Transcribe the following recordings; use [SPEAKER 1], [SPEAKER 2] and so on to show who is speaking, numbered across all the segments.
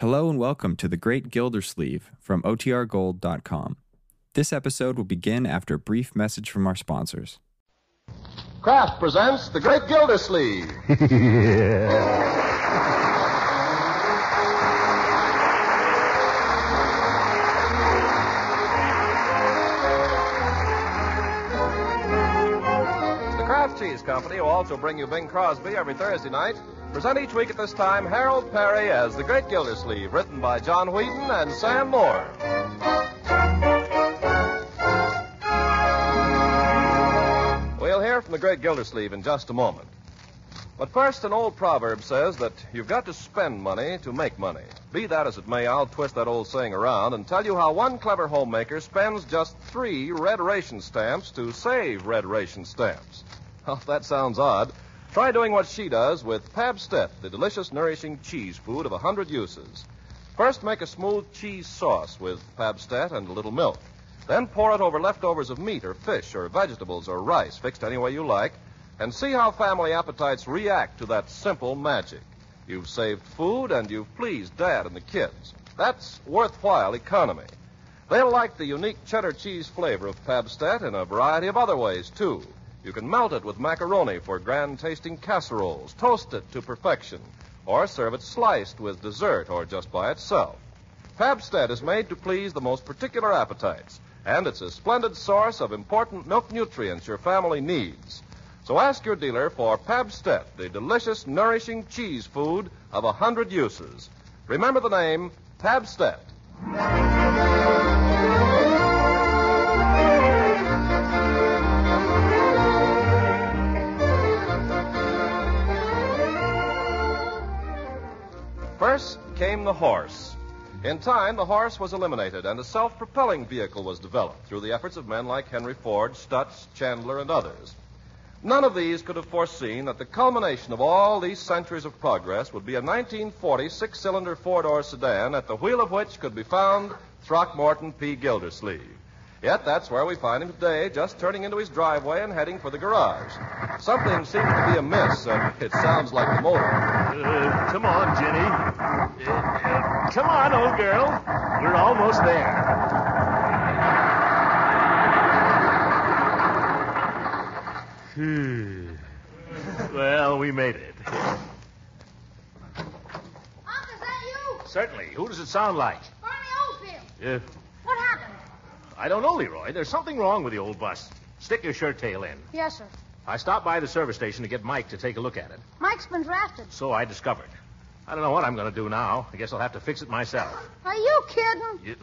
[SPEAKER 1] Hello and welcome to The Great Gildersleeve from OTRGold.com. This episode will begin after a brief message from our sponsors.
[SPEAKER 2] Kraft presents The Great Gildersleeve. The Kraft Cheese Company will also bring you Bing Crosby every Thursday night. Present each week at this time Harold Perry as The Great Gildersleeve, written by John Wheaton and Sam Moore. We'll hear from The Great Gildersleeve in just a moment. But first, an old proverb says that you've got to spend money to make money. Be that as it may, I'll twist that old saying around and tell you how one clever homemaker spends just three red ration stamps to save red ration stamps. Well, that sounds odd. Try doing what she does with Pab Steph, the delicious, nourishing cheese food of a 100 uses. First, make a smooth cheese sauce with Pabstat and a little milk. Then pour it over leftovers of meat or fish or vegetables or rice, fixed any way you like, and see how family appetites react to that simple magic. You've saved food and you've pleased Dad and the kids. That's worthwhile economy. They'll like the unique cheddar cheese flavor of Pabstat in a variety of other ways, too. You can melt it with macaroni for grand tasting casseroles, toast it to perfection, or serve it sliced with dessert or just by itself. Pabstat is made to please the most particular appetites, and it's a splendid source of important milk nutrients your family needs. So ask your dealer for Pabstet, the delicious, nourishing cheese food of a hundred uses. Remember the name Pabstet. First came the horse. In time, the horse was eliminated, and a self propelling vehicle was developed through the efforts of men like Henry Ford, Stutz, Chandler, and others. None of these could have foreseen that the culmination of all these centuries of progress would be a 1940 six cylinder four door sedan at the wheel of which could be found Throckmorton P. Gildersleeve. Yet that's where we find him today, just turning into his driveway and heading for the garage. Something seems to be amiss, and it sounds like the motor.
[SPEAKER 3] Uh, come on, Jenny. Uh, uh, come on, old girl. We're almost there. Hmm. well, we made it.
[SPEAKER 4] Unc, is that you?
[SPEAKER 3] Certainly. Who does it sound like?
[SPEAKER 4] Barney Oldfield.
[SPEAKER 3] Uh,
[SPEAKER 4] What happened?
[SPEAKER 3] I don't know, Leroy. There's something wrong with the old bus. Stick your shirt tail in.
[SPEAKER 4] Yes, sir.
[SPEAKER 3] I stopped by the service station to get Mike to take a look at it,
[SPEAKER 4] Mike's been drafted.
[SPEAKER 3] so I discovered. I don't know what I'm going to do now. I guess I'll have to fix it myself.
[SPEAKER 4] Are you kidding?
[SPEAKER 3] You-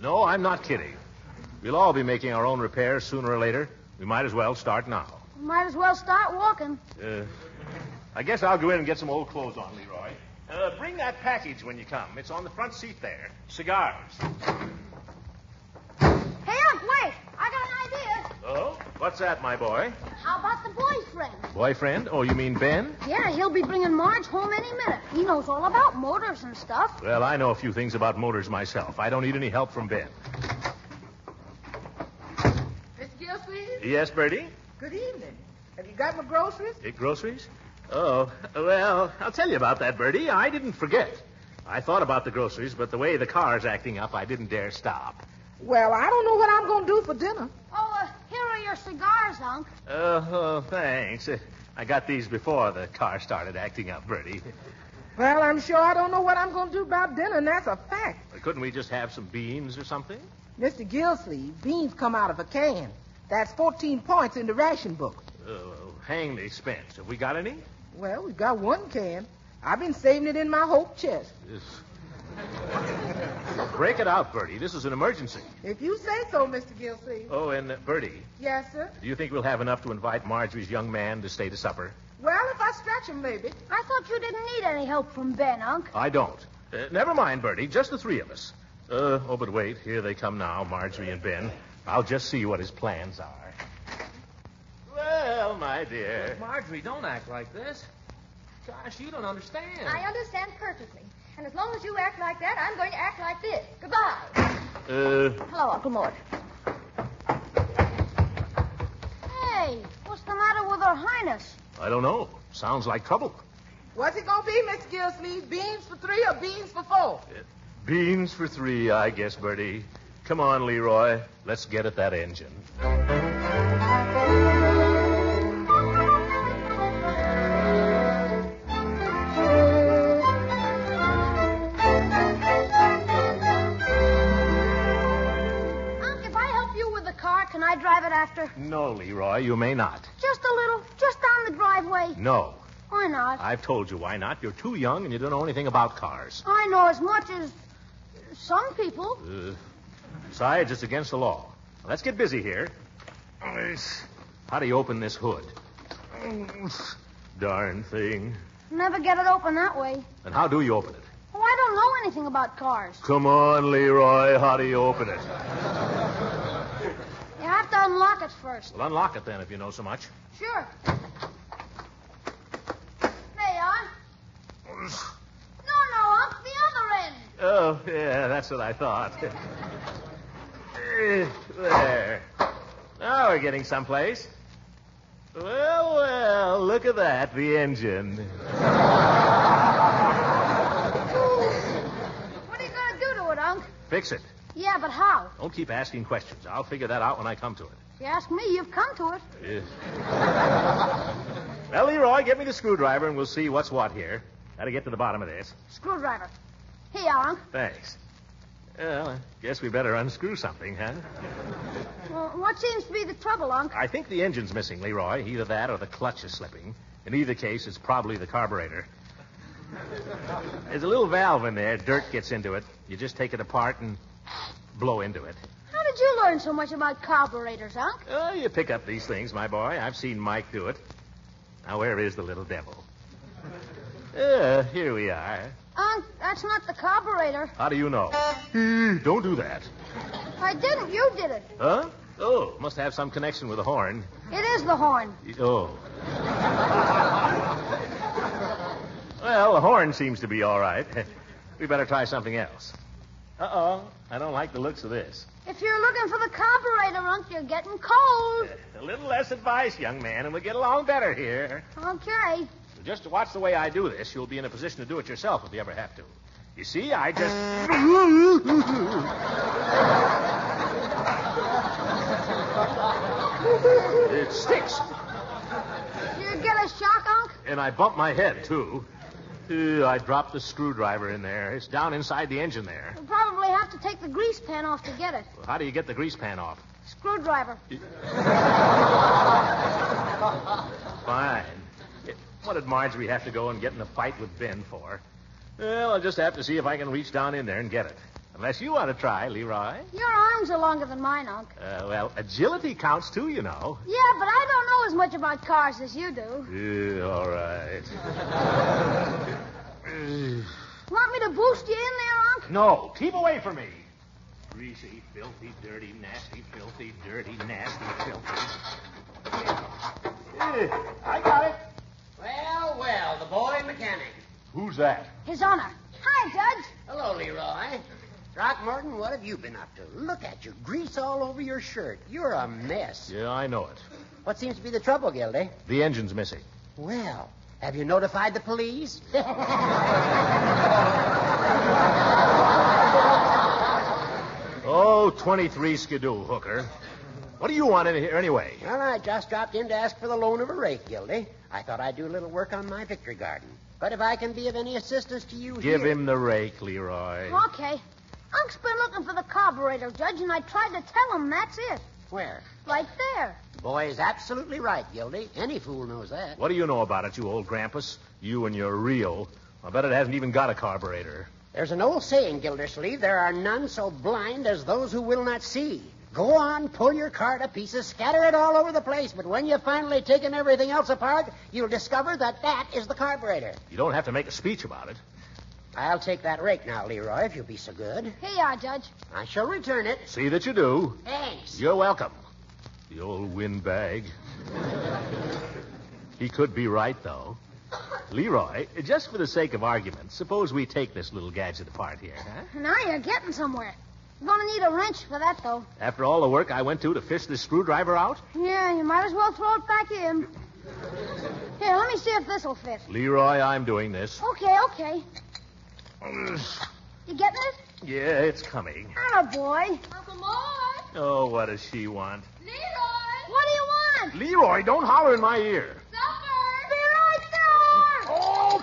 [SPEAKER 3] No, I'm not kidding. We'll all be making our own repairs sooner or later. We might as well start now.
[SPEAKER 4] Might as well start walking.
[SPEAKER 3] Uh, I guess I'll go in and get some old clothes on, Leroy. Uh, bring that package when you come. It's on the front seat there. Cigars.
[SPEAKER 4] Hey, Unc, wait. I got an
[SPEAKER 3] Oh? What's that, my boy?
[SPEAKER 4] idea. How about the boyfriend?
[SPEAKER 3] Boyfriend? Oh, you mean Ben?
[SPEAKER 4] Yeah, he'll be bringing Marge home any minute. He knows all about motors and stuff.
[SPEAKER 3] Well, I know a few things about motors myself. I don't need any help from Ben.
[SPEAKER 5] Mr. Gilsleeve,
[SPEAKER 3] Yes, Bertie?
[SPEAKER 5] good evening. Have you got my groceries?
[SPEAKER 3] Eh, groceries? Oh, well, I'll tell you about that, Bertie. I didn't forget. I thought about the groceries, but the way the car's acting up, I didn't dare stop.
[SPEAKER 5] Well, I don't know what I'm going to do for dinner.
[SPEAKER 4] Oh, uh, here are your cigars, Unc.
[SPEAKER 3] Uh, oh, thanks. Uh, I got these before the car started acting up, Bertie.
[SPEAKER 5] Well, I'm sure I don't know what I'm going to do about dinner, and that's a fact.
[SPEAKER 3] Uh, Couldn't we just have some beans or something?
[SPEAKER 5] Mr. Gilsleeve, beans come out of a can. That's 14 points in the ration book.
[SPEAKER 3] Oh, hang the expense. Have we got any?
[SPEAKER 5] Well, we've got one can. I've been saving it in my hope chest.
[SPEAKER 3] Break it out, Bertie. This is an emergency.
[SPEAKER 5] If you say so, Mr. Gilsleeve.
[SPEAKER 3] Oh, and uh, Bertie,
[SPEAKER 5] Yes, sir.
[SPEAKER 3] do you think we'll have enough to invite Marjorie's young man to stay to supper?
[SPEAKER 5] Well, if I stretch 'em, maybe.
[SPEAKER 4] I thought you didn't need any help from Ben, Unc.
[SPEAKER 3] I don't. Uh, never mind, Bertie. Just the three of us. Uh, oh, but wait. Here they come now, Marjorie and Ben. I'll just see what his plans are. Well, my dear.
[SPEAKER 6] Marjorie, don't act like this. Gosh, you don't understand.
[SPEAKER 7] I understand perfectly. And as long as you act like that, I'm going to act like this. Goodbye.
[SPEAKER 3] Uh,
[SPEAKER 4] Hello, Uncle Mort. Hey, what's the matter with her highness?
[SPEAKER 3] I don't know. Sounds like trouble.
[SPEAKER 5] What's it gonna be, Mr. Gillsleeve? Beans for three or beans for four?
[SPEAKER 3] Beans for three, I guess, Bertie. Come on, Leroy. Let's get at that engine.
[SPEAKER 4] Unc, Um, if I help you with the car, can I drive it after?
[SPEAKER 3] No, Leroy, you may not.
[SPEAKER 4] Just a little, just down the driveway.
[SPEAKER 3] No.
[SPEAKER 4] Why not?
[SPEAKER 3] I've told you why not. You're too young and you don't know anything about cars.
[SPEAKER 4] I know as much as some people.
[SPEAKER 3] Uh, besides, it's against the law. Now, let's get busy here. How do you open this hood? Darn thing.
[SPEAKER 4] Never get it open that way.
[SPEAKER 3] And how do you open it?
[SPEAKER 4] Oh, I don't know anything about cars.
[SPEAKER 3] Come on, Leroy. How do you open it?
[SPEAKER 4] You have to unlock it first.
[SPEAKER 3] Well, unlock it then if you know so much.
[SPEAKER 4] Sure. There you are. No, no, Unc, the other end.
[SPEAKER 3] Oh, yeah, that's what I thought. Eh, there. Now we're getting someplace. Well, well, look at that, the engine.
[SPEAKER 4] What are you going to do to it, Unc?
[SPEAKER 3] Fix it.
[SPEAKER 4] Yeah, but how?
[SPEAKER 3] Don't keep asking questions. I'll figure that out when I come to it.
[SPEAKER 4] If you ask me, you've come to it.
[SPEAKER 3] Eh. well, Leroy, get me the screwdriver and we'll see what's what here. Gotta get to the bottom of this.
[SPEAKER 4] Screwdriver. Here, you are, Unc.
[SPEAKER 3] Thanks. Well, I guess we better unscrew something, huh?
[SPEAKER 4] Well, what seems to be the trouble, Unc?
[SPEAKER 3] I think the engine's missing, Leroy. Either that or the clutch is slipping. In either case, it's probably the carburetor. There's a little valve in there. Dirt gets into it. You just take it apart and blow into it.
[SPEAKER 4] How did you learn so much about carburetors, Unc?
[SPEAKER 3] Oh, you pick up these things, my boy. I've seen Mike do it. Now, where is the little devil? Uh, here we are.
[SPEAKER 4] Unc, that's not the carburetor.
[SPEAKER 3] How do you know? Eh, Don't do that.
[SPEAKER 4] I didn't. You did it.
[SPEAKER 3] Huh? Oh, must have some connection with the horn.
[SPEAKER 4] It is the horn.
[SPEAKER 3] Oh. well, the horn seems to be all right. We better try something else. Uh oh. I don't like the looks of this.
[SPEAKER 4] If you're looking for the carburetor, Unc, you're getting cold.
[SPEAKER 3] A little less advice, young man, and we'll get along better here.
[SPEAKER 4] Okay.
[SPEAKER 3] Just to watch the way I do this, you'll be in a position to do it yourself if you ever have to. You see, I just. it sticks.
[SPEAKER 4] Do you get a shock, Unc?
[SPEAKER 3] And I bumped my head, too. Uh, I dropped the screwdriver in there. It's down inside the engine there.
[SPEAKER 4] You'll probably have to take the grease pan off to get it.
[SPEAKER 3] Well, how do you get the grease pan off?
[SPEAKER 4] Screwdriver.
[SPEAKER 3] Fine. It- What did Marjorie have to go and get in a fight with Ben for? Well, I'll just have to see if I can reach down in there and get it. Unless you want to try, Leroy.
[SPEAKER 4] Your arms are longer than mine, Unc.
[SPEAKER 3] Uh, well, agility counts too, you know.
[SPEAKER 4] Yeah, but I don't know as much about cars as you do.
[SPEAKER 3] Uh, all right.
[SPEAKER 4] Want me to boost you in there, Unc?
[SPEAKER 3] No, keep away from me. Greasy, filthy, dirty, nasty, filthy, dirty, nasty, filthy. Uh, I got it.
[SPEAKER 8] Well, well, the boy mechanic.
[SPEAKER 3] Who's that?
[SPEAKER 4] His Honor. Hi, Judge.
[SPEAKER 8] Hello, Leroy. Throckmorton, what have you been up to? Look at you. Grease all over your shirt. You're a mess.
[SPEAKER 3] Yeah, I know it.
[SPEAKER 8] What seems to be the trouble, Gildy?
[SPEAKER 3] The engine's missing.
[SPEAKER 8] Well, have you notified the police?
[SPEAKER 3] Oh, 23 Skidoo, Hooker. What do you want in here anyway?
[SPEAKER 8] well, I just dropped in to ask for the loan of a rake, Gildy. I thought I'd do a little work on my victory garden. But if I can be of any assistance to you
[SPEAKER 3] Give
[SPEAKER 8] here-
[SPEAKER 3] him the rake, Leroy.
[SPEAKER 4] Okay. Unc's been looking for the carburetor, Judge, and I tried to tell him that's it.
[SPEAKER 8] Where?
[SPEAKER 4] Right there.
[SPEAKER 8] The boy is absolutely right, Gildy. Any fool knows that.
[SPEAKER 3] What do you know about it, you old grampus? You and your reel. I bet it hasn't even got a carburetor.
[SPEAKER 8] There's an old saying, Gildersleeve, there are none so blind as those who will not see. Go on, pull your car to pieces, scatter it all over the place, but when you've finally taken everything else apart, you'll discover that that is the carburetor.
[SPEAKER 3] You don't have to make a speech about it.
[SPEAKER 8] I'll take that rake now, Leroy, if you'll be so good.
[SPEAKER 4] Here you are, Judge.
[SPEAKER 8] I shall return it.
[SPEAKER 3] See that you do.
[SPEAKER 8] Thanks.
[SPEAKER 3] You're welcome. The old windbag. he could be right, though. Leroy, just for the sake of argument, suppose we take this little gadget apart here, huh?
[SPEAKER 4] Now you're getting somewhere. You're gonna need a wrench for that, though.
[SPEAKER 3] After all the work I went to to fish this screwdriver out?
[SPEAKER 4] Yeah, you might as well throw it back in. Here, let me see if this'll fit.
[SPEAKER 3] Leroy, I'm doing this.
[SPEAKER 4] Okay, okay. You getting it?
[SPEAKER 3] Yeah, it's coming.
[SPEAKER 4] Ah, boy.
[SPEAKER 7] Uncle Mort!
[SPEAKER 3] Oh, what does she want?
[SPEAKER 7] Leroy!
[SPEAKER 4] What do you want?
[SPEAKER 3] Leroy, don't holler in my ear.
[SPEAKER 7] Supper!
[SPEAKER 4] Be right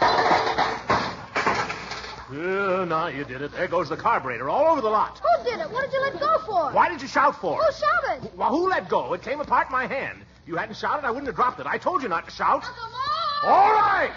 [SPEAKER 4] there.
[SPEAKER 3] Uh, now you did it. There goes the carburetor all over the lot.
[SPEAKER 4] Who did it? What did you let go for?
[SPEAKER 3] Why did you shout for
[SPEAKER 4] Who
[SPEAKER 3] it?
[SPEAKER 4] shouted?
[SPEAKER 3] Well, who let go? It came apart in my hand. If you hadn't shouted, I wouldn't have dropped it. I told you not to shout.
[SPEAKER 7] Uncle Mort!
[SPEAKER 3] All right.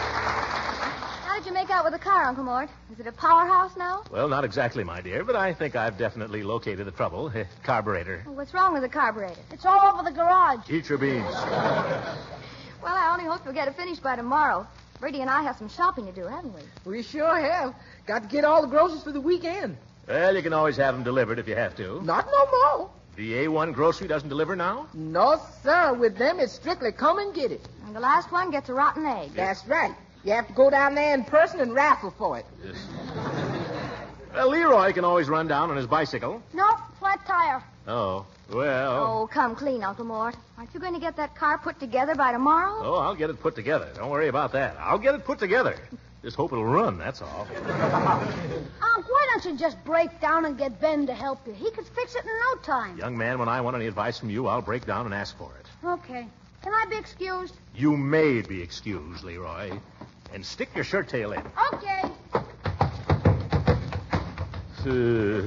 [SPEAKER 7] How did you make out with the car, Uncle Mort? Is it a powerhouse now?
[SPEAKER 3] Well, not exactly, my dear, but I think I've definitely located the trouble. Eh, Carburetor.
[SPEAKER 7] What's wrong with the carburetor?
[SPEAKER 4] It's all over the garage.
[SPEAKER 3] Eat your beans.
[SPEAKER 7] Well, I only hope we'll get it finished by tomorrow. Brady and I have some shopping to do, haven't we?
[SPEAKER 5] We sure have. Got to get all the groceries for the weekend.
[SPEAKER 3] Well, you can always have them delivered if you have to.
[SPEAKER 5] Not no more.
[SPEAKER 3] The A1 grocery doesn't deliver now?
[SPEAKER 5] No, sir. With them, it's strictly come and get it.
[SPEAKER 7] And the last one gets a rotten egg.
[SPEAKER 5] That's right. You have to go down there in person and raffle for it.
[SPEAKER 3] Well, Leroy can always run down on his bicycle.
[SPEAKER 4] Nope, flat tire.
[SPEAKER 3] Oh, well.
[SPEAKER 7] Oh, come clean, Uncle Mort. Aren't you going to get that car put together by tomorrow?
[SPEAKER 3] Oh, I'll get it put together. Don't worry about that. I'll get it put together. Just hope it'll run, that's all.
[SPEAKER 4] Unc, why don't you just break down and get Ben to help you? He could fix it in no time.
[SPEAKER 3] Young man, when I want any advice from you, I'll break down and ask for it.
[SPEAKER 4] Okay. Can I be excused?
[SPEAKER 3] You may be excused, Leroy. And stick your shirt tail in.
[SPEAKER 4] Okay.
[SPEAKER 3] Uh,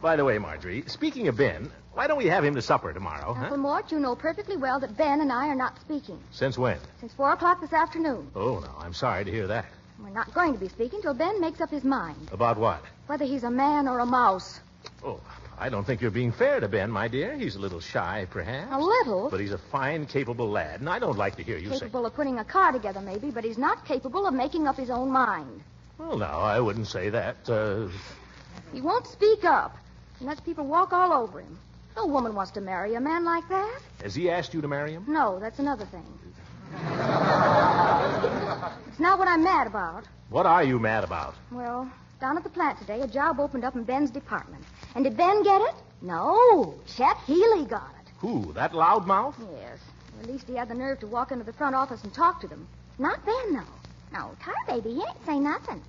[SPEAKER 3] by the way, Marjorie, speaking of Ben, why don't we have him to supper tomorrow, huh?
[SPEAKER 7] Uncle Mort, you know perfectly well that Ben and I are not speaking
[SPEAKER 3] Since when?
[SPEAKER 7] since four o'clock this afternoon.
[SPEAKER 3] Oh, no, I'm sorry to hear that.
[SPEAKER 7] We're not going to be speaking till Ben makes up his mind,
[SPEAKER 3] About what?
[SPEAKER 7] whether he's a man or a mouse.
[SPEAKER 3] Oh, I don't think you're being fair to Ben, my dear. He's a little shy, perhaps.
[SPEAKER 7] A little
[SPEAKER 3] But he's a fine, capable lad, and I don't like to hear you say.
[SPEAKER 7] capable of putting a car together, maybe, but he's not capable of making up his own mind.
[SPEAKER 3] Well, no, I wouldn't say that. Uh,
[SPEAKER 7] He won't speak up and lets people walk all over him. No woman wants to marry a man like that.
[SPEAKER 3] has he asked you to marry him?
[SPEAKER 7] No, that's another thing. it's not what I'm mad about.
[SPEAKER 3] What are you mad about?
[SPEAKER 7] Well, down at the plant today, a job opened up in Ben's department. And did Ben get it? No. Chet Healy got it.
[SPEAKER 3] Who? That loudmouth?
[SPEAKER 7] Yes. At least he had the nerve to walk into the front office and talk to them. Not Ben, though. No, tar baby, he ain't say nothing.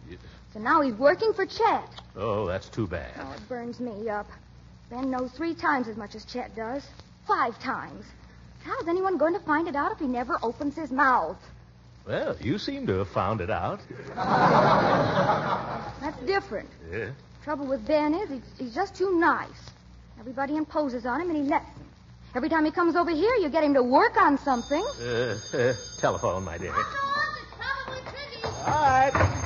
[SPEAKER 7] So now he's working for Chet.
[SPEAKER 3] Oh, that's too bad.
[SPEAKER 7] Oh, it burns me up. Ben knows three times as much as Chet does. Five times. How's anyone going to find it out if he never opens his mouth?
[SPEAKER 3] Well, you seem to have found it out.
[SPEAKER 7] That's different.
[SPEAKER 3] Yeah.
[SPEAKER 7] Trouble with Ben is he's, he's just too nice. Everybody imposes on him and he lets them. Every time he comes over here, you get him to work on something.
[SPEAKER 3] Uh, uh, telephone, my dear.
[SPEAKER 7] it's
[SPEAKER 3] All
[SPEAKER 7] probably
[SPEAKER 3] right.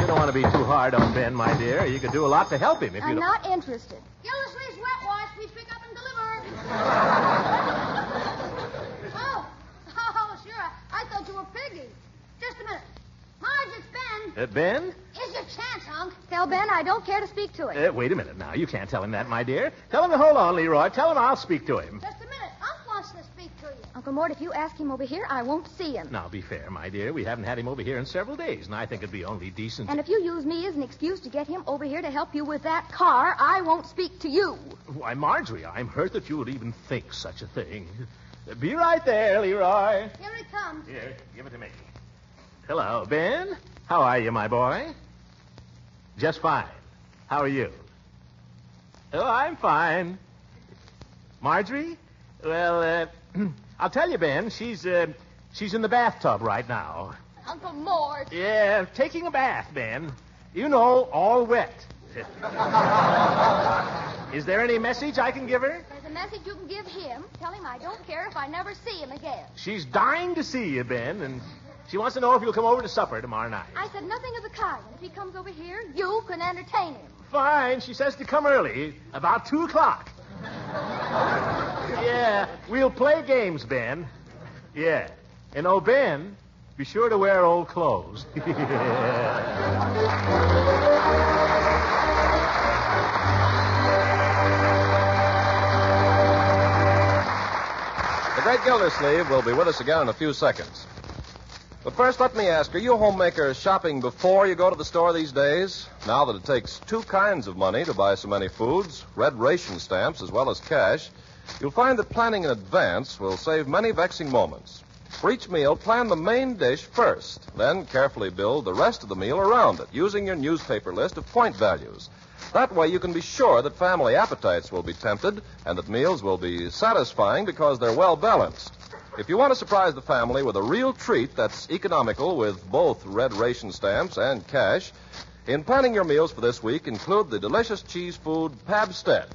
[SPEAKER 3] You don't want to be too hard on Ben, my dear. You could do a lot to help him if you
[SPEAKER 7] I'm
[SPEAKER 3] don't.
[SPEAKER 7] not interested.
[SPEAKER 4] Gildersleeve's wet wash. We pick up and deliver. oh. Oh, sure. I thought you were Piggy. Just a minute. Marge, it's Ben.
[SPEAKER 3] Uh, ben?
[SPEAKER 4] Here's your chance, Unc.
[SPEAKER 7] Tell Ben I don't care to speak to him.
[SPEAKER 3] Uh, wait a minute now. You can't tell him that, my dear. Tell him to hold on, Leroy. Tell him I'll speak to him.
[SPEAKER 4] Just a minute. Unc wants to speak to you.
[SPEAKER 7] Uncle Mort, if you ask him over here, I won't see him.
[SPEAKER 3] Now, be fair, my dear. We haven't had him over here in several days, and I think it'd be only decent.
[SPEAKER 7] And if you use me as an excuse to get him over here to help you with that car, I won't speak to you.
[SPEAKER 3] Why, Marjorie, I'm hurt that you would even think such a thing. Uh, Be right there, Leroy.
[SPEAKER 4] Here he comes.
[SPEAKER 3] Here, give it to me. Hello, Ben. How are you, my boy? Just fine. How are you? Oh, I'm fine. Marjorie? Well, uh, I'll tell you, Ben. She's uh, she's in the bathtub right now.
[SPEAKER 4] Uncle Mort.
[SPEAKER 3] Yeah, taking a bath, Ben. You know, all wet. Is there any message I can give her?
[SPEAKER 4] There's a message you can give him. Tell him I don't care if I never see him again.
[SPEAKER 3] She's dying to see you, Ben, and she wants to know if you'll come over to supper tomorrow night.
[SPEAKER 4] I said nothing of the kind. If he comes over here, you can entertain him.
[SPEAKER 3] Fine. She says to come early, about two o'clock. yeah, we'll play games, Ben. Yeah. And oh, Ben, be sure to wear old clothes.
[SPEAKER 2] The great Gildersleeve will be with us again in a few seconds. But first, let me ask are you a homemaker shopping before you go to the store these days? Now that it takes two kinds of money to buy so many foods red ration stamps as well as cash you'll find that planning in advance will save many vexing moments. For each meal, plan the main dish first, then carefully build the rest of the meal around it using your newspaper list of point values. That way, you can be sure that family appetites will be tempted and that meals will be satisfying because they're well balanced. If you want to surprise the family with a real treat that's economical with both red ration stamps and cash, in planning your meals for this week, include the delicious cheese food Pabstet.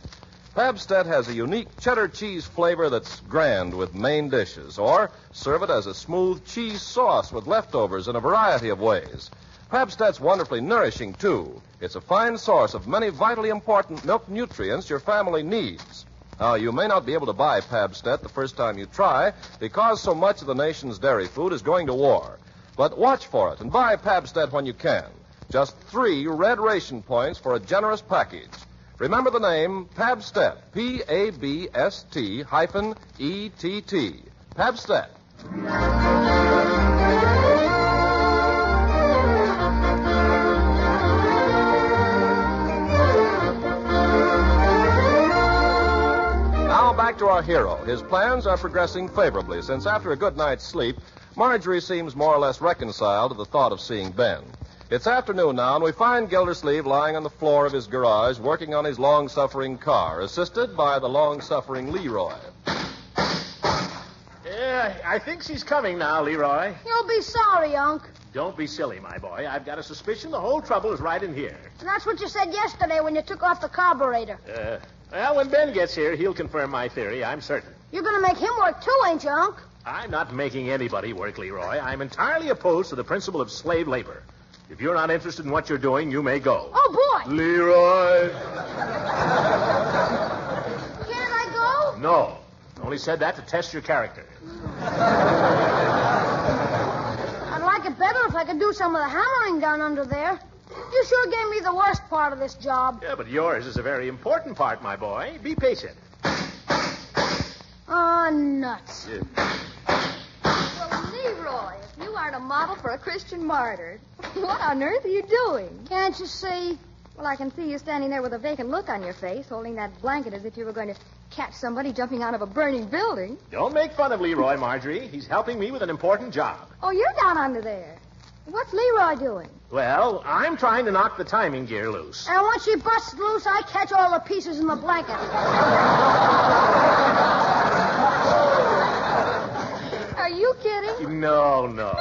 [SPEAKER 2] Pabstet has a unique cheddar cheese flavor that's grand with main dishes, or serve it as a smooth cheese sauce with leftovers in a variety of ways. Pabstet's wonderfully nourishing, too. It's a fine source of many vitally important milk nutrients your family needs. Now, you may not be able to buy Pabstet the first time you try because so much of the nation's dairy food is going to war. But watch for it and buy Pabstet when you can. Just three red ration points for a generous package. Remember the name Pabstet. P A B S T hyphen E T T. Pabstet. Now back to our hero. His plans are progressing favorably since after a good night's sleep, Marjorie seems more or less reconciled to the thought of seeing Ben. It's afternoon now, and we find Gildersleeve lying on the floor of his garage working on his long suffering car, assisted by the long suffering Leroy.
[SPEAKER 3] Yeah, I think she's coming now, Leroy.
[SPEAKER 4] You'll be sorry, Unc.
[SPEAKER 3] Don't be silly, my boy. I've got a suspicion the whole trouble is right in here.
[SPEAKER 4] And that's what you said yesterday when you took off the carburetor.
[SPEAKER 3] Uh, well, when Ben gets here, he'll confirm my theory, I'm certain.
[SPEAKER 4] You're going to make him work too, ain't you, Unc?
[SPEAKER 3] I'm not making anybody work, Leroy. I'm entirely opposed to the principle of slave labor. If you're not interested in what you're doing, you may go.
[SPEAKER 4] Oh, boy.
[SPEAKER 3] Leroy!
[SPEAKER 4] Can't I go?
[SPEAKER 3] No. Only said that to test your character.
[SPEAKER 4] I'd like it better if I could do some of the hammering down under there. You sure gave me the worst part of this job.
[SPEAKER 3] Yeah, but yours is a very important part, my boy. Be patient.
[SPEAKER 4] Oh, nuts.
[SPEAKER 7] Well, Leroy, if you aren't a model for a Christian martyr, what on earth are you doing?
[SPEAKER 4] Can't you see?
[SPEAKER 7] Well, I can see you standing there with a vacant look on your face, holding that blanket as if you were going to catch somebody jumping out of a burning building.
[SPEAKER 3] Don't make fun of Leroy, Marjorie. He's helping me with an important job.
[SPEAKER 7] Oh, you're down under there. What's Leroy doing?
[SPEAKER 3] Well, I'm trying to knock the timing gear loose.
[SPEAKER 4] And once she busts loose, I catch all the pieces in the blanket.
[SPEAKER 7] Are you kidding?
[SPEAKER 3] No, no.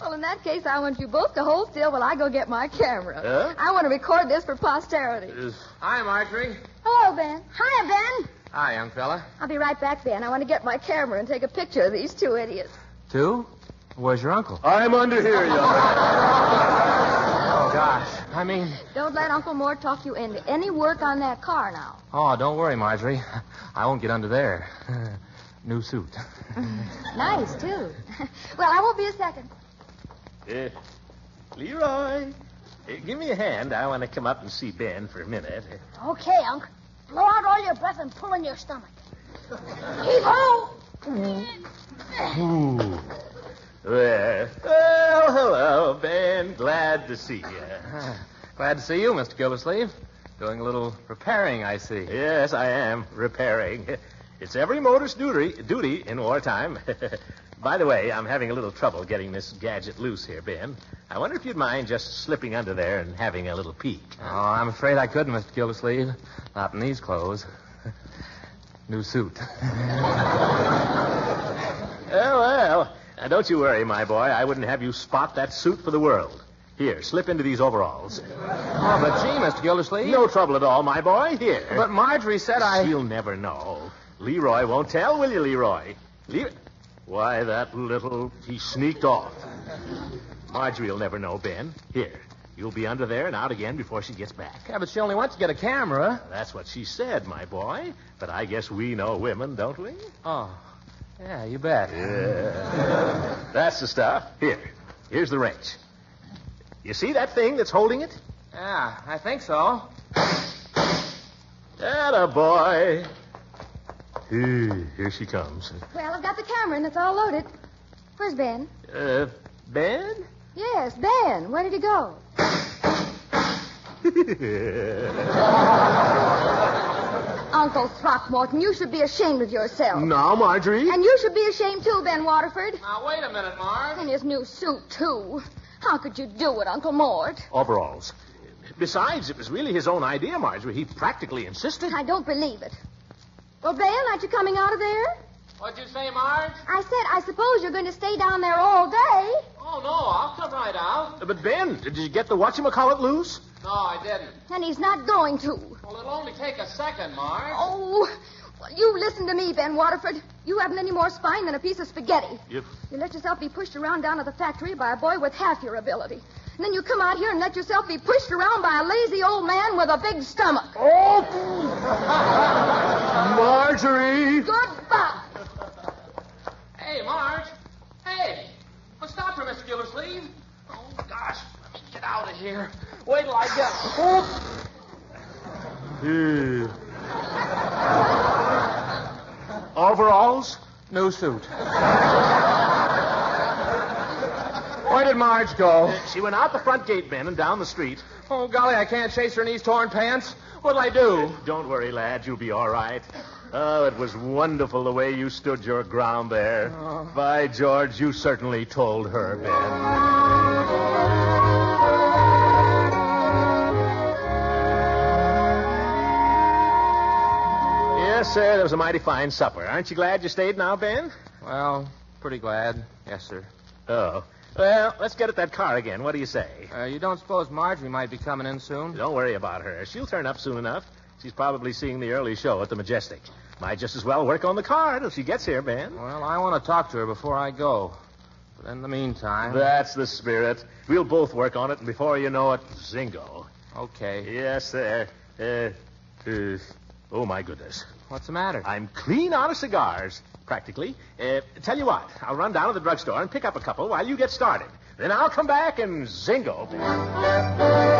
[SPEAKER 7] well, in that case, I want you both to hold still while I go get my camera.
[SPEAKER 3] Huh?
[SPEAKER 7] I want to record this for posterity.
[SPEAKER 6] Hi, Marjorie.
[SPEAKER 7] Hello, Ben. Hiya, Ben.
[SPEAKER 6] Hi, young fella.
[SPEAKER 7] I'll be right back, Ben. I want to get my camera and take a picture of these two idiots.
[SPEAKER 6] Two? Where's your uncle?
[SPEAKER 3] I'm under here, young.
[SPEAKER 6] Oh, gosh. I mean,
[SPEAKER 7] Don't let Uncle Moore talk you into any work on that car now.
[SPEAKER 6] oh, don't worry, Marjorie. I won't get under there. New suit.
[SPEAKER 7] Nice, too. well, I won't be a second.
[SPEAKER 3] Uh, Leroy, uh, give me a hand. I want to come up and see Ben for a minute.
[SPEAKER 4] Okay, Unc. Blow out all your breath and pull in your stomach. Heave ho!
[SPEAKER 3] Ooh. There. Well, oh, hello, Ben. Glad to see you.
[SPEAKER 6] Glad to see you, Mr. Gildersleeve. Doing a little preparing, I see.
[SPEAKER 3] Yes, I am repairing. It's every motor's duty, duty in wartime. By the way, I'm having a little trouble getting this gadget loose here, Ben. I wonder if you'd mind just slipping under there and having a little peek.
[SPEAKER 6] Oh, I'm afraid I couldn't, Mr. Gildersleeve. Not in these clothes. New suit.
[SPEAKER 3] Oh, well. Now, don't you worry, my boy. I wouldn't have you spot that suit for the world. Here, slip into these overalls.
[SPEAKER 6] Oh, but gee, Mr. Gildersleeve.
[SPEAKER 3] No trouble at all, my boy. Here.
[SPEAKER 6] But Marjorie said I.
[SPEAKER 3] You'll never know. Leroy won't tell, will you, Leroy? Le- Why, that little. He sneaked off. Marjorie will never know, Ben. Here. You'll be under there and out again before she gets back.
[SPEAKER 6] Yeah, but she only wants to get a camera.
[SPEAKER 3] That's what she said, my boy. But I guess we know women, don't we?
[SPEAKER 6] Oh, yeah, you bet.
[SPEAKER 3] That's the stuff. Here. Here's the wrench. You see that thing that's holding it?
[SPEAKER 6] Yeah, Ah, I think so.
[SPEAKER 3] That boy. Here she comes.
[SPEAKER 7] Well, I've got the camera and it's all loaded. Where's Ben?
[SPEAKER 3] Uh, Ben?
[SPEAKER 7] Yes, Ben. Where did he go? Uncle Throckmorton, you should be ashamed of yourself.
[SPEAKER 4] Mm.
[SPEAKER 3] Now, Marjorie.
[SPEAKER 7] And you should be ashamed too, Ben Waterford.
[SPEAKER 8] Now, wait a minute, Marge.
[SPEAKER 7] In his new suit, too. How could you do it, Uncle Mort?
[SPEAKER 3] Overalls. Besides, it was really his own idea, Marjorie. He practically insisted.
[SPEAKER 7] I don't believe it. Well, Ben, aren't you coming out of there?
[SPEAKER 8] What'd you say, Marge?
[SPEAKER 7] I said, I suppose you're going to stay down there all day.
[SPEAKER 8] Oh, no, I'll come right out.
[SPEAKER 3] But, Ben, did you get the whatchamacallit loose?
[SPEAKER 8] No, I didn't.
[SPEAKER 7] And he's not going to.
[SPEAKER 8] Well, it'll only take a second, Marge.
[SPEAKER 7] Oh, well, you listen to me, Ben Waterford. You haven't any more spine than a piece of spaghetti.
[SPEAKER 3] Yep.
[SPEAKER 7] You let yourself be pushed around down to the factory by a boy with half your ability. And then you come out here and let yourself be pushed around by a lazy old man with a big stomach.
[SPEAKER 3] Marjorie!
[SPEAKER 7] Goodbye.
[SPEAKER 8] Hey, Marge. Hey. Well, stop for Mr. Gildersleeve. Oh, gosh. Let me get out of here. Wait till I get.
[SPEAKER 3] Overalls?
[SPEAKER 6] No suit.
[SPEAKER 2] Where did Marge go?
[SPEAKER 3] She went out the front gate, Ben, and down the street.
[SPEAKER 2] Oh, golly, I can't chase her in these torn pants. What'll I do?
[SPEAKER 3] Don't worry, lad. You'll be all right. Oh, it was wonderful the way you stood your ground there.
[SPEAKER 2] Oh.
[SPEAKER 3] By George, you certainly told her, Ben. Yes, sir. That was a mighty fine supper. Aren't you glad you stayed now, Ben?
[SPEAKER 6] Well, pretty glad. Yes, sir.
[SPEAKER 3] Oh. Well, let's get at that car again. What do you say?
[SPEAKER 6] Uh, you don't suppose Marjorie might be coming in soon?
[SPEAKER 3] Don't worry about her. She'll turn up soon enough. She's probably seeing the early show at the Majestic. Might just as well work on the car till she gets here, Ben.
[SPEAKER 6] Well, I want to talk to her before I go. But in the meantime.
[SPEAKER 3] That's the spirit. We'll both work on it, and before you know it, zingo.
[SPEAKER 6] Okay.
[SPEAKER 3] Yes, sir. Uh, uh, oh, my goodness.
[SPEAKER 6] What's the matter?
[SPEAKER 3] I'm clean out of cigars, practically. Uh, tell you what, I'll run down to the drugstore and pick up a couple while you get started. Then I'll come back and zingo, Ben.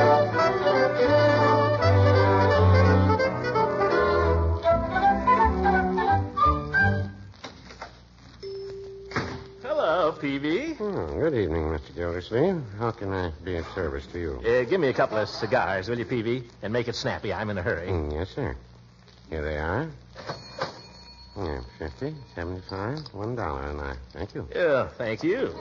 [SPEAKER 3] Hello, Peavy.
[SPEAKER 9] Hmm, good evening, Mr. Gildersleeve. How can I be of service to you?
[SPEAKER 3] Uh, give me a couple of cigars, will you, Peavy? And make it snappy. I'm in a hurry.
[SPEAKER 9] Mm, yes, sir. Here they are. Yeah, 50, 75, $1, dollar, and I thank you.
[SPEAKER 3] Oh, thank you.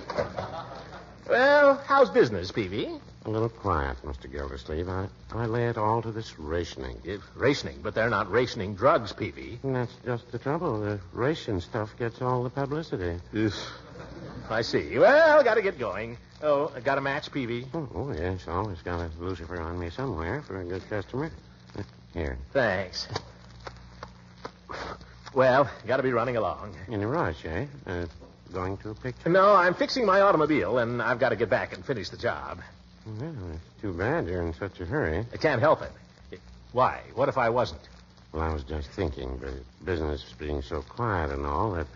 [SPEAKER 3] Well, how's business, Peavy?
[SPEAKER 9] A little quiet, Mr. Gildersleeve. I, I lay it all to this rationing.
[SPEAKER 3] If rationing, but they're not rationing drugs, Peavy.
[SPEAKER 9] And that's just the trouble. The ration stuff gets all the publicity.
[SPEAKER 3] I see. Well, gotta get going. Oh, I got a match, Peavy.
[SPEAKER 9] Oh, oh, yes, always got a Lucifer on me somewhere for a good customer. Here,
[SPEAKER 3] Thanks. Well, gotta be running along.
[SPEAKER 9] in a rush, eh? Uh, going to a picture?
[SPEAKER 3] No, I'm fixing my automobile, and I've got to get back and finish the job.
[SPEAKER 9] Well, it's too bad you're in such a hurry.
[SPEAKER 3] I can't help it. It- Why? What if I wasn't?
[SPEAKER 9] Well, I was just thinking, but business being so quiet and all, that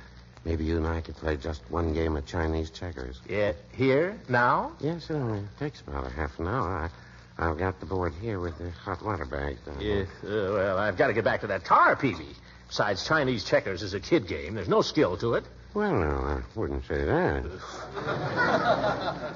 [SPEAKER 9] maybe you and I could play just one game of Chinese checkers.
[SPEAKER 3] Yeah, Eh, here? Now?
[SPEAKER 9] Yes, sir. It takes about a half an hour. I, I've got the board here with the hot water bags. down there.
[SPEAKER 3] Yes. Uh, well, I've got to get back to that car, Peavy. Besides, Chinese checkers is a kid game. There's no skill to it.
[SPEAKER 9] Well, no, I wouldn't say that.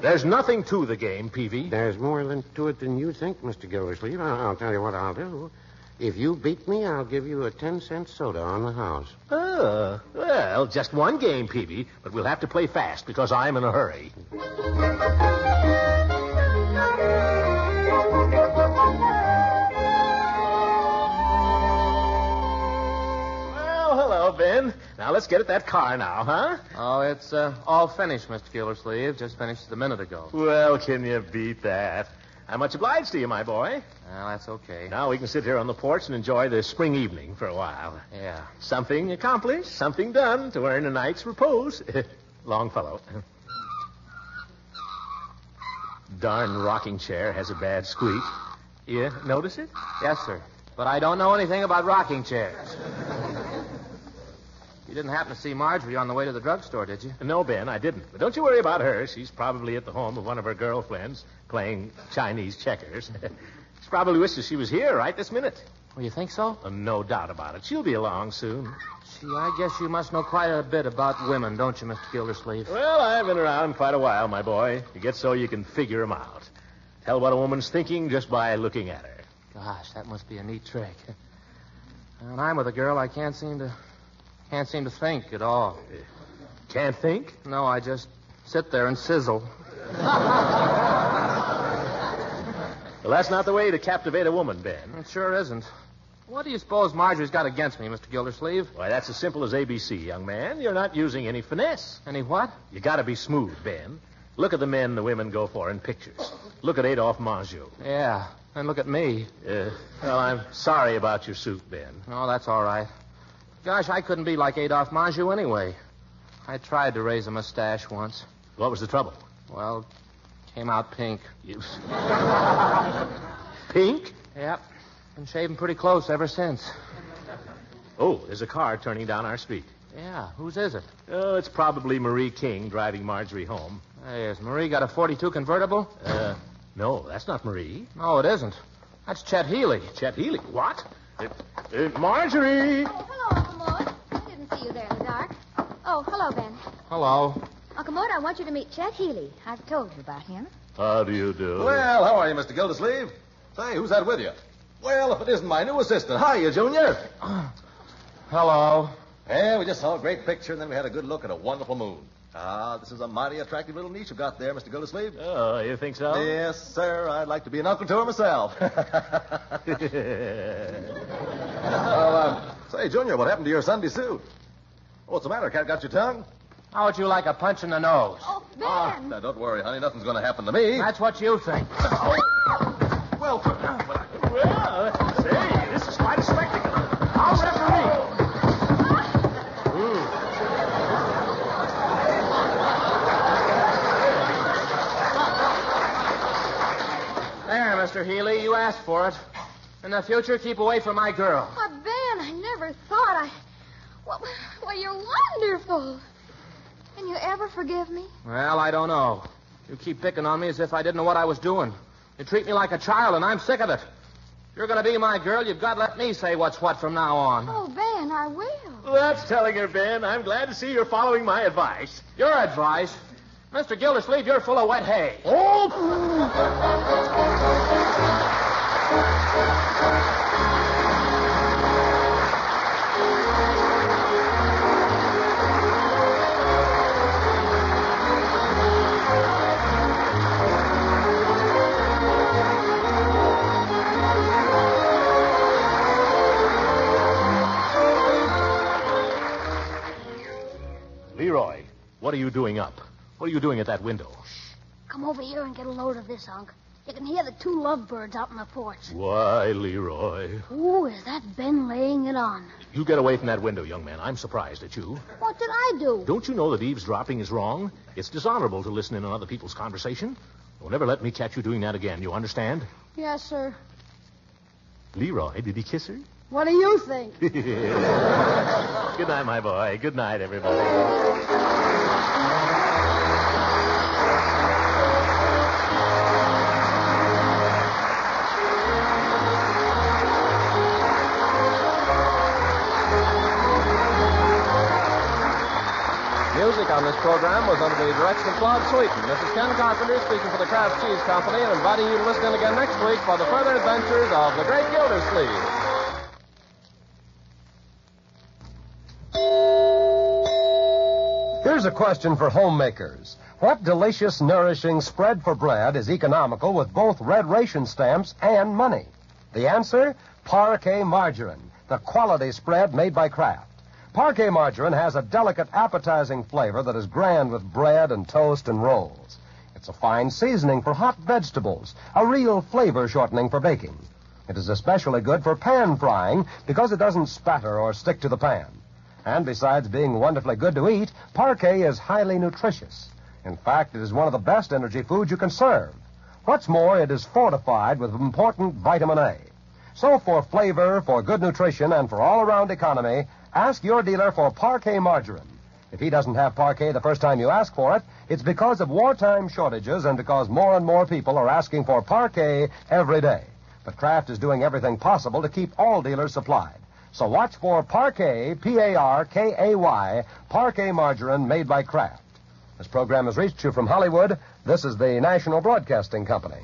[SPEAKER 3] There's nothing to the game, Peavy.
[SPEAKER 9] There's more than to it than you think, Mr. Gildersleeve. I, I'll tell you what I'll do. If you beat me, I'll give you a ten-cent soda on the house.
[SPEAKER 3] Oh, well, just one game, Peavy, but we'll have to play fast because I'm in a hurry. Well, hello, Ben. Now let's get at that car now, huh?
[SPEAKER 6] Oh, it's uh, all finished, Mr. Gildersleeve. Just finished a minute ago.
[SPEAKER 3] Well, can you beat that? I'm much obliged to you, my boy.
[SPEAKER 6] Well, that's okay.
[SPEAKER 3] Now we can sit here on the porch and enjoy the spring evening for a while.
[SPEAKER 6] Yeah.
[SPEAKER 3] Something accomplished, something done to earn a night's repose. Longfellow. Darn rocking chair has a bad squeak. You notice it?
[SPEAKER 6] Yes, sir. But I don't know anything about rocking chairs. you didn't happen to see Marjorie on the way to the drugstore, did you?
[SPEAKER 3] No, Ben, I didn't. But don't you worry about her. She's probably at the home of one of her girlfriends playing Chinese checkers. she probably wishes she was here right this minute.
[SPEAKER 6] Well, you think so?
[SPEAKER 3] Uh, no doubt about it. She'll be along soon.
[SPEAKER 6] Gee, I guess you must know quite a bit about women, don't you, Mr. Gildersleeve?
[SPEAKER 3] Well, I've been around quite a while, my boy. You get so you can figure 'em out. Tell what a woman's thinking just by looking at her.
[SPEAKER 6] Gosh, that must be a neat trick. When I'm with a girl, I can't seem to can't seem to think at all.
[SPEAKER 3] Can't think?
[SPEAKER 6] No, I just sit there and sizzle.
[SPEAKER 3] Well, that's not the way to captivate a woman, Ben.
[SPEAKER 6] It sure isn't. What do you suppose Marjorie's got against me, Mr. Gildersleeve?
[SPEAKER 3] Why, that's as simple as ABC, young man. You're not using any finesse.
[SPEAKER 6] Any what?
[SPEAKER 3] You gotta be smooth, Ben. Look at the men the women go for in pictures. Look at Adolphe Mongeau.
[SPEAKER 6] Yeah. And look at me.
[SPEAKER 3] Uh, well, I'm sorry about your suit, Ben.
[SPEAKER 6] Oh, that's all right. Gosh, I couldn't be like Adolphe Manjou anyway. I tried to raise a mustache once.
[SPEAKER 3] What was the trouble?
[SPEAKER 6] Well, came out pink.
[SPEAKER 3] You... Pink?
[SPEAKER 6] Yep. Been shaving pretty close ever since.
[SPEAKER 3] Oh, there's a car turning down our street.
[SPEAKER 6] Yeah, whose is it?
[SPEAKER 3] Oh, it's probably Marie King driving Marjorie home.
[SPEAKER 6] Hey, has Marie got a 42 convertible?
[SPEAKER 3] Uh, no, that's not Marie.
[SPEAKER 6] No, it isn't. That's Chet Healy.
[SPEAKER 3] Chet Healy. What? Uh, uh, Marjorie!
[SPEAKER 7] Oh, hello, Uncle Mort. I didn't see you there in the dark. Oh, hello, Ben.
[SPEAKER 6] Hello.
[SPEAKER 7] Uncle Mort, I want you to meet Chet Healy. I've told you about him.
[SPEAKER 3] How do you do?
[SPEAKER 2] Well, how are you, Mr. Gildersleeve? Say, who's that with you? Well, if it isn't my new assistant. Hiya, Junior.
[SPEAKER 6] Hello.
[SPEAKER 2] Hey, we just saw a great picture, and then we had a good look at a wonderful moon. Ah, this is a mighty attractive little niece you've got there, Mr. Gildersleeve.
[SPEAKER 3] Oh, you think so?
[SPEAKER 2] Yes, sir. I'd like to be an uncle to her myself. well, um, say, Junior, what happened to your Sunday suit? What's the matter? Cat got your tongue? Ah,
[SPEAKER 6] How would you like a punch in the nose?
[SPEAKER 7] Oh, Ben!
[SPEAKER 2] Now, don't worry, honey. Nothing's going to happen to me.
[SPEAKER 6] That's what you think.
[SPEAKER 2] Well,
[SPEAKER 3] Well, say, this is quite a spectacle. I'll referee.
[SPEAKER 6] Hmm. There, Mr. Healy, you asked for it. In the future, keep away from my girl.
[SPEAKER 7] Why, Ben, I never thought I. Well, well, you're wonderful. Can you ever forgive me?
[SPEAKER 6] Well, I don't know. You keep picking on me as if I didn't know what I was doing. You treat me like a child, and I'm sick of it. If you're going to be my girl, you've got to let me say what's what from now on.
[SPEAKER 7] Oh, Ben, I will.
[SPEAKER 3] That's telling her, Ben. I'm glad to see you're following my advice.
[SPEAKER 6] Your advice. Mr. Gildersleeve, you're full of wet hay.
[SPEAKER 3] Leroy, what are you doing up? What are you doing at that window?
[SPEAKER 4] Come over here and get a load of this, Unc. You can hear the two lovebirds out on the porch.
[SPEAKER 3] Why, Leroy?
[SPEAKER 4] Ooh, is that Ben laying it on?
[SPEAKER 3] You get away from that window, young man. I'm surprised at you.
[SPEAKER 4] What did I do?
[SPEAKER 3] Don't you know that eavesdropping is wrong? It's dishonorable to listen in on other people's conversation. Don't ever let me catch you doing that again. You understand?
[SPEAKER 4] Yes, sir.
[SPEAKER 3] Leroy, did he kiss her?
[SPEAKER 4] What do you think?
[SPEAKER 3] Good night, my boy. Good night, everybody.
[SPEAKER 10] Music on this program was under the direction of Claude Sweeten. This is Ken Carpenter speaking for the Kraft Cheese Company and inviting you to listen in again next week for the further adventures of the Great Gildersleeve.
[SPEAKER 11] Here's a question for homemakers. What delicious, nourishing spread for bread is economical with both red ration stamps and money? The answer? Parquet margarine, the quality spread made by Kraft. Parquet margarine has a delicate, appetizing flavor that is grand with bread and toast and rolls. It's a fine seasoning for hot vegetables, a real flavor shortening for baking. It is especially good for pan frying because it doesn't spatter or stick to the pan. And besides being wonderfully good to eat, parquet is highly nutritious. In fact, it is one of the best energy foods you can serve. What's more, it is fortified with important vitamin A. So for flavor, for good nutrition, and for all-around economy, ask your dealer for parquet margarine. If he doesn't have parquet the first time you ask for it, it's because of wartime shortages and because more and more people are asking for parquet every day. But Kraft is doing everything possible to keep all dealers supplied. So watch for Parquet, P A R K A Y, Parquet margarine made by Kraft. This program has reached you from Hollywood. This is the National Broadcasting Company.